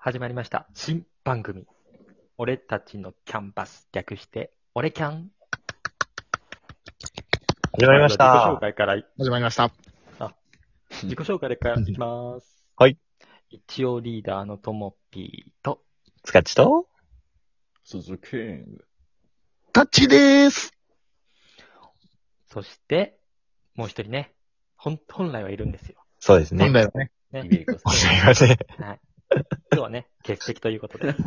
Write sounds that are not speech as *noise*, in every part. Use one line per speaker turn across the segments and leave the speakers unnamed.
始まりました。新番組。俺たちのキャンパス。略して、俺キャン。
始まりまし
自己紹
た。
介から、
始まりました。
自己紹介からいきます。
はい。
一応リーダーのともぴーと、
つかちと、
鈴木。
タッチでーす。
そして、もう一人ね、本、本来はいるんですよ。
そうですね。
問題はね。
ね。
イベリコさん
すみません。
はい。今日はね、欠席ということで、申し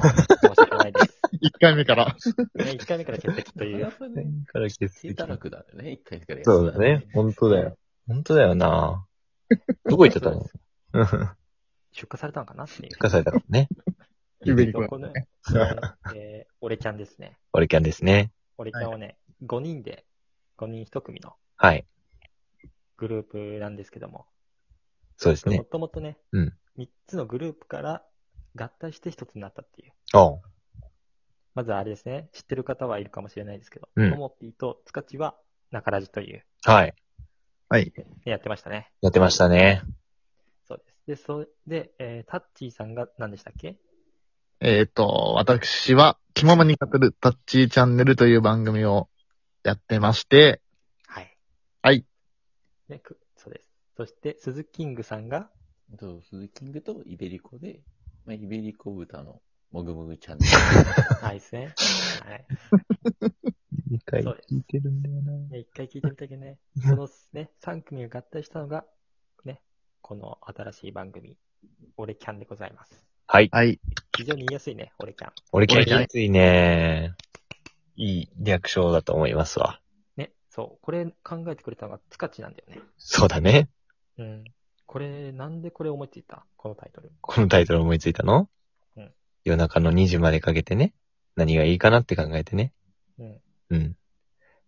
訳ないです。
1回目から。
ね、1回目から欠席という。
から欠
手たらくだね、一回からやる
そうだね。。本当だよ。本当だよ *laughs* などこ行っちゃったのうん
出荷されたのかなっていう
出。荷されたからね。
ゆべりくん
こ。の、
*laughs*
えー、俺ちゃんですね。
オレキャンですね。
俺ちゃんをね、5人で、5人1組の
はい。
グループなんですけども、
そうです
も
ね。
ともとね、
うん
3つのグループから合体して1つになったっていう。
おう
まずはあれですね、知ってる方はいるかもしれないですけど、
うん
ともぴーとつかちは中ラジという、
はい。
はい。
やってましたね。
やってましたね。
そうです。で、それで、えー、タッチーさんが何でしたっけ
えっ、と、私は、気ままに語るタッチチャンネルという番組をやってまして、
はい。
はい。
ね、くそうです。そして、鈴キングさん
*laughs*
が、
そう、鈴木キングとイベリコで、まあ、イベリコ豚のもぐもぐチャンネ
はいですね。はい。
一回
そうです
聞いてるんだよな
ね、一回聞いてみたけど
*laughs*
ね、このね、3組が合体したのが、ね、この新しい番組、俺キャンでございます。
はい。
はい。
非常に言いやすいね、俺キャン。
オレキャン
オレキャン
きついねいい略称だと思いますわ。
ね、そう、これ考えてくれたのがつかちなんだよね。
そうだね。
うん。これ、なんでこれ思いついたこのタイトル。
このタイトル思いついたの
うん
夜中の2時までかけてね。何がいいかなって考えてね。
うん。
うん。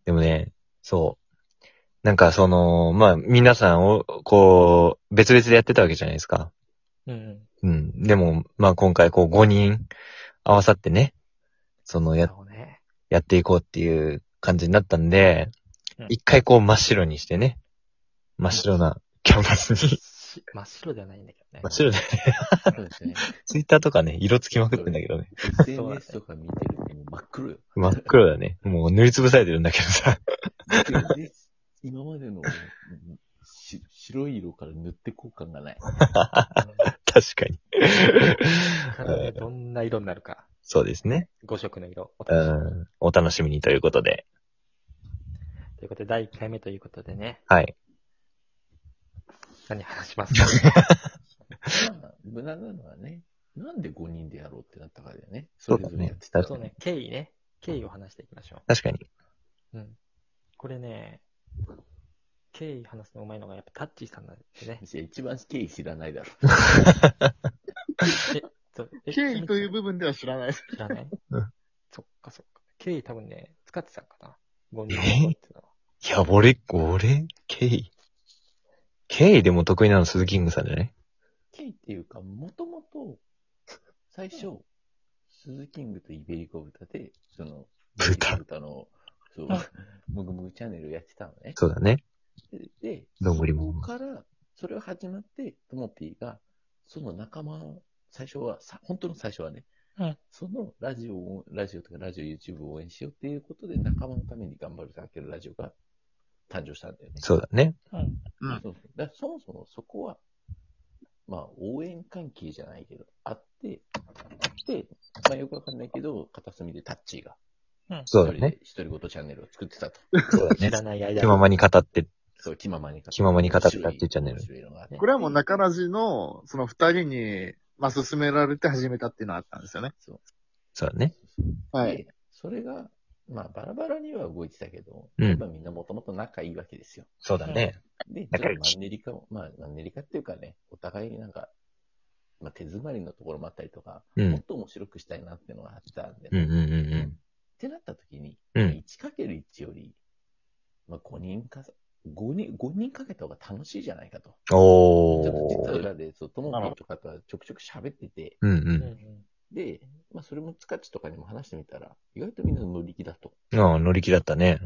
でもね、そう。なんかその、まあ、皆さんを、こう、別々でやってたわけじゃないですか。
うんうん。
うん。でも、まあ今回こう5人合わさってね、そのや、
そうね。
やっていこうっていう感じになったんで
うん、
一回こう真っ白にしてね、真っ白なキャンバスに、
し真っ白ではないんだけどね
真っ。白で、
ル。そ
*laughs*
うですね。
ツイッターとかね、色つきまくってんだけどね。
SNS とか見てるともう真っ黒よ。
真っ黒だね。もう塗りつぶされてるんだけどさ。 *laughs*
全然今までのし白い色から塗って効果がない。
確かに。
うんからねどんな色になるか。
そうですね。
5色の色。お
う
楽しみに
ん。お楽しみにということで。
ということで、第1回目ということでね、
はい。
何話します
*laughs*
か
まあ、無難なのはね、なんで5人でやろうってなったかだよね。それぞれやって
そうだ
た。。
そうね、経緯ね。経緯を話していきましょう。
確かに。
うん。これね、経緯話すのうまいのがやっぱタッチーさんなんですね
いや一番経緯知らないだろ。
え、そう、え
経緯という部分では知らないです。
知らない
うん
そっかそっか。経緯多分ね、使ってたんかな。5
え
人っていうのは。
いや、俺、俺、ケイ。ケイでも得意なの鈴キングさんじゃない
経緯っていうか、もともと、最初、スズキングとイベリコ豚で、その、
豚
豚の、そう、もぐもぐチャンネルをやってたのね。
そうだね。
で、
どんぐり
そ
も
こから、それを始まって、ともぴーが、その仲間、最初は、さ本当の最初はね、
うん
そのラジオを、ラジオとかラジオ YouTube を応援しようっていうことで、仲間のために頑張るだけのラジオが誕生したんだよね。
そうだね。
うん
そうそうだからそもそもそこは、まあ、応援関係じゃないけど、あって、で、まあ、よくわかんないけど、片隅でタッチーが、
そうだ
一人
ね。
で独り言チャンネルを作ってたと。
そうだ
知
ね
ら。ない間
気ままに語って、
そう、気ままに語って。
気ままに語ってタッチーチャンネル
面白いのがあって
これはもう中ラジの、その二人に、まあ、勧められて始めたっていうのはあったんですよね。
そう
そうだね。
は
で。それが、まあ、バラバラには動いてたけど、
うん
やっぱみんなもともと仲いいわけですよ。
そうだね。
で、ちょっと
仲
マ
良し
ンネリ化も、まあ、マンネリ化っていうかね、お互いになんか、まあ、手詰まりのところもあったりとか、
う
もっ
ん。
と面白くしたいなっていうのがあったんで、
うんうん
ってなった時に、
うんうん。うん。
1×1 より、まあ、5人か、5人、5人かけた方が楽しいじゃないかと。ちょっと
お
実は
ー。
裏で、そう、ともぴとかとはちょくちょく喋ってて、
うんう
うん
ん。
で、まあ、それもつかちとかにも話してみたら、意外とみんな乗り気だと。
ああ、乗り気だったね。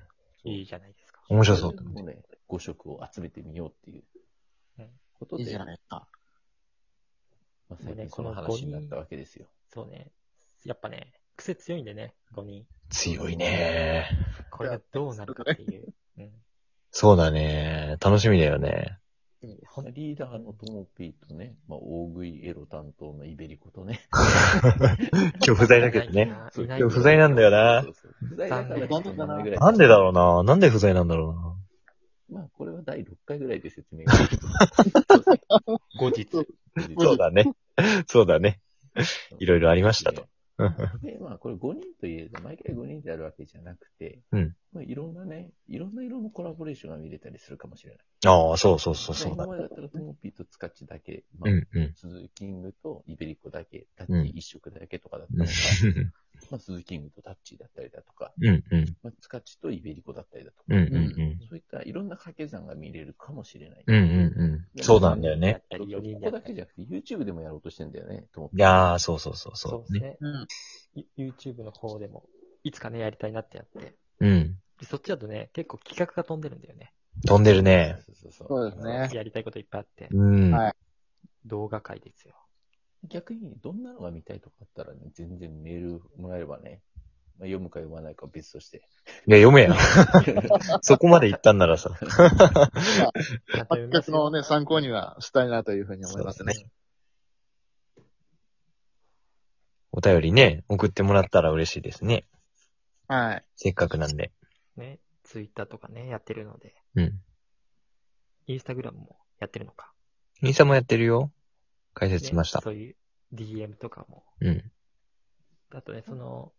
うん。いいじゃないですか。
面白そう。
もうね、5色を集めてみようっていうことで、
いいじゃないですか。
まあまあ、最近その話になったわけですよ。
そうね。やっぱね、癖強いんでね、5人。
強いね。
これがどうなるかっていう。うん。
そうだね。楽しみだよ *laughs* ね。
リーダーのトモピーとね、まあ、大食いエロ担当のイベリコとね。
今日不在だけどね。
いない
今日不在なんだよな
そ。うそうそう不在だからこんな名前ぐらい
なんでだろうな。なんで不在なんだろ
まあ、これは第6回ぐらいで
*laughs*
説明ができる
後日。
うな。そうだ *laughs* ね。そうだ *laughs* ね。いろいろありましたと。
で、まあ、これ5人といえど、毎回5人でやるわけじゃなくて、
うん
まあ、いろんなね、いろんな色のコラボレーションが見れたりするかもしれない。
ああ、そうそうそう、そう
まあ
だ
今。までだったら、トモピーとツカッチだけ、ま
う
あ、
んうん。
鈴木キングとイベリコだけ、タ
う
ッ
ん
チ一色だけとかだった
う
の
ん
が、まあ、鈴木キングとタッチだったりだとか、
うんうん。
まあ、ツカッチとイベリコだったりだとか、
うんうん
そういったいろんな掛け算が見れるかもしれない。
うん。うんうんうん。そうなんだよね。
やったり4人
こ
でや
こ
った
だ
り
けじゃなくて、YouTube でもやろうとしてんだよね、トモピー
いやー、そうそうそう。
そう
そ
です
うね。
ね。
うん。
ユ YouTube の方でも、いつかね、やりたいなってやって。
うん。
でそっちだとね、結構企画が飛んでるんだよね。
飛んでるね。
そうそうそう
そうですね。
やりたいこといっぱいあって。
うん。
はい
動画界ですよ。
逆に、どんなのが見たいとかあったらね、全然メールもらえればね、まあ、読むか読まないかは別
*laughs*
として。
いや、読めよ。そこまで行ったんならさ。
ちゃんと
パ
読
ッ
み
ケー
ま
ジ
す
の
よ
ね、参考にはしたいなというふうに思いますね。
お便りね、送ってもらったら嬉しいですね。
はい。
せっかくなんで。
ね。ツイッターとかね、やってるので。
うん。
インスタグラムもやってるのか。
インスタもやってるよ。解
ね
説しました。
そういう DM とかも。
うん。
あとね、その、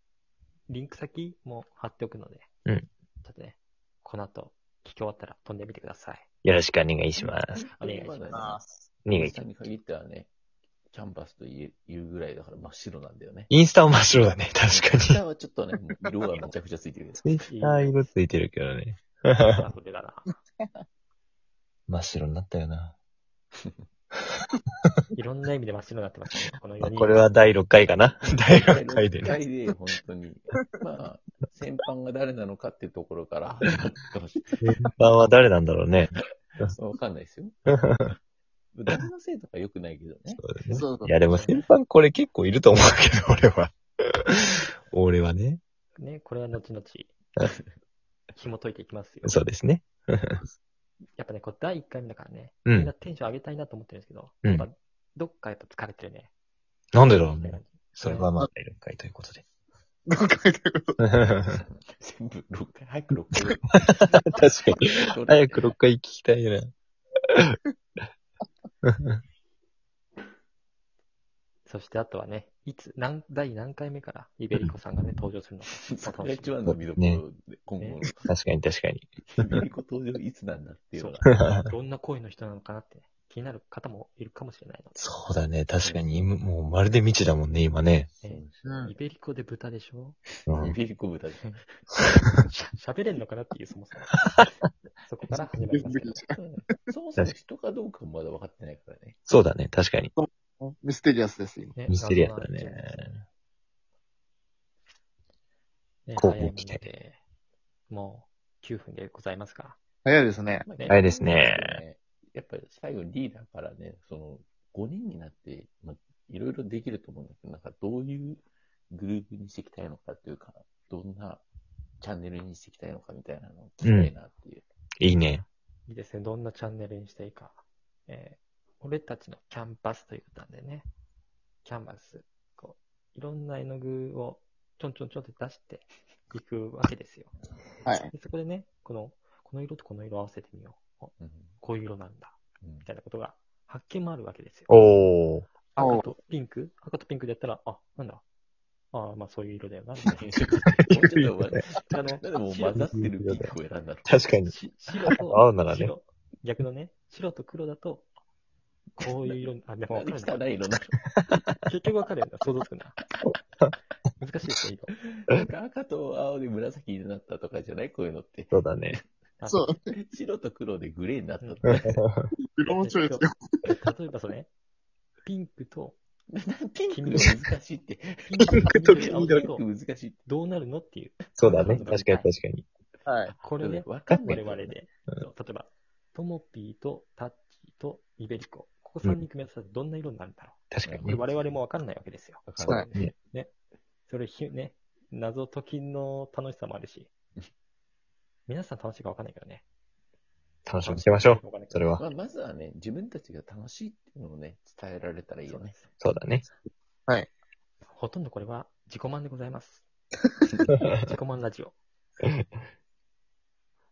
リンク先も貼っておくので。
うん
ちょっとね、この後、聞き終わったら飛んでみてくださ
*laughs*
い。
よろしくお願いします。
お願いします。
お
ね。
願
お
い
じ
しま
さんに限ってはね、キャンバスと言えいうぐらいだから真っ白なんだよね。
インスタは真っ白だね。確かに。
下はちょっとね、もう色がめちゃくちゃついてる
*laughs*
けど。
ツイッター色ついてるけど *laughs* ね。
あそれだな。
真っ白になったよな。
いろんな意味で真っ白になってますね。この4
まあ
人。
これは第6回かな。第6回で
一
ね。
回で、本当に。まあ、先般が誰なのかっていうところから *laughs* 始まってほしい。
版は誰なんだろうね。
わかんな
*laughs*
いですよ。誰のせいとか良くないけどね。
そうそう
いや、で
*laughs*
も先般これ結構いると思うけど、俺は。俺はね。
ね、これは後々、紐解いていきますよ。
そうですね。
やっぱね、こう第1回目だからね、
うん
みんなテンション上げたいなと思ってるんですけど、
うん
やっぱどっかやっぱ疲れてるね。
なんでだろうね。それはまあ第6回ということ *laughs* で。
了解ということで
全部6回、早く6回。
確かに。 *laughs* 早く6回聞きたいな。
そしてあとはね、いつ、何、第何回目からイベリコさんがね、登場するのか。
そこが一番の見どころで、今後
確かに確かに。
の、メリコ登場いつなんだっていう
そ
の
うだ。 *laughs*
が。
*laughs*
どんな声の人なのかなって、気になる方もいるかもしれないの
そうだね。確かに、今もうまるで未知だもんね、今ね。
で、ね
うん
イベリコで豚でしょ
うん
イベリコ豚で。
しゃ喋れんのかなっていう、そも
*laughs*
そも。そこから始まりますけど。
そもそも人かどうかもまだ分かってないからね。
そうだね。確かに。
ミステリアスです、今。
ね
ミステリアスだね。
ね
こう
早いもん
ご期待
でもう9分でございますから。
早いですね。
まあ
早
いですね。
やっぱり最後リーダーからね、その5人になって、まあ、いろいろできると思うんだけど、なんかどういうグループにしていきたいのかというか、どんなチャンネルにしていきたいのかみたいなのを聞きたいなっていう。
いいね。
いいですね。どんなチャンネルにしていいか。えー俺たちのキャンパスという歌でね、キャンバス、こう、いろんな絵の具をちょんちょんちょんって出して *laughs* いくわけですよ。
はい。
でそこでね、この、この色とこの色合わせてみよう。お
うん
こういう色なんだ。
うん *laughs*
みたいなことが発見もあるわけですよ。
おー。
赤とピンク赤とピンクでやったら、あ、なんだ。ああ、まあそういう色だ
*laughs*
よな。みたいな
もうちょっとわ
あの、
なんでもう混ざってるピンクを選んだの
*laughs* 確かに。
し白と、
青ならね
白逆のね、白と黒だと、こういう色に、あ、でも
なん
分
で
かる
汚
んだ。
い色な
結局分かるよな、想像つくな。難しいですね、色。
のなんか赤と青で紫になったとかじゃないこういうのって。
そうだ *laughs* ね。
あ
そう。
白と黒でグレーになったと
う
か。
色もちょいですよ。
例えばそれ、ね、ピンクと、
ピンクが難しいって。
ピンク
と
ピ
黄
ン
緑
ク難しいって。
どうなるのっていう。
そうだね。確かに確かに。
はい。
これね、
わかんな
我
い。
々で。そう例えば、トモピーとタッチーとイベリコ。ここ3人組み合わせたらどんな色になるんだろ
確か
う。これ
に。
我々もわかんないわけですよ。
わか
そ
ん
う
な
だ
い。
ね。
それひ、ね、謎解きの楽しさもあるし。皆さん楽しいかわかんないけどね。
楽しみにしてましょう。
う。
それは。
まあ、まずはね、自分たちが楽しいっていうのをね、伝えられたらいい
そ
よ
うで
ね。
す。
そうだね。
ほとんどこれは自己満でござい *laughs* ます。自己満ラジオ。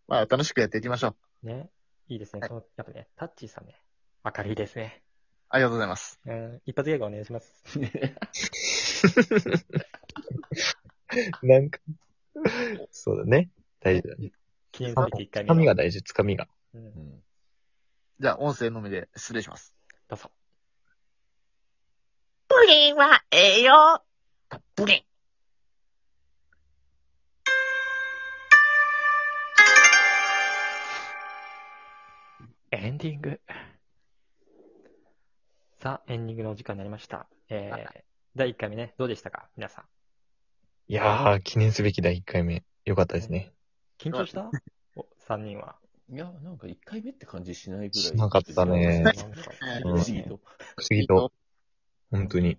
まあ、楽しくやっていきましょう。
ね。いいですね。
はい
そのやっぱね、タッチーさんね、明るいですね。
ありがとうございます。
うん、一発ギャグお願いします。
なんか、そうだね。大事だね。
記念すべき1回目の。
つかみが大事、つかみが。
うん
う、ん
じゃあ、音声のみで失礼します。
どうぞ。
プリンは栄養たっぷり。
エンディング。さあ、エンディングのお時間になりました。えー
は、
第1回目ね、どうでしたか皆さん。
いやー、記念すべき第1回目。よかったですね。
緊張したお ?3 人は。
いや、なんか一回目って感じしないぐらい。
しなかった
な
ねえ
んか
不思議と。
不思議と、本当に。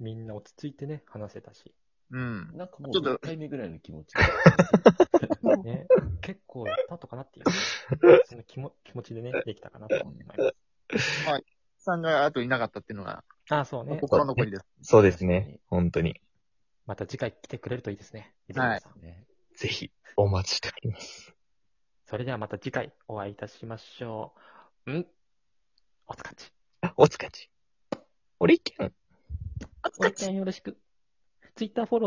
みんな落ち着いてね、話せたし。
うん。
なんかもう
ちょっと
一回目ぐらいの気持ち。
ね、結構やったとかなっていう、その気も気持ちでね、できたかなと思います。
さんが後いなかったっていうのが、
ああ、そうね。
心残りです。
そうですね。本当に。
また次回来てくれるといいですね。
はい
さん。
ね
ぜひ、お待ちしております。
それではまた次回お会いいたしましょう。んおつかち。
お疲れ。俺いけん。
おつかちよろしく。ツイッターフォロー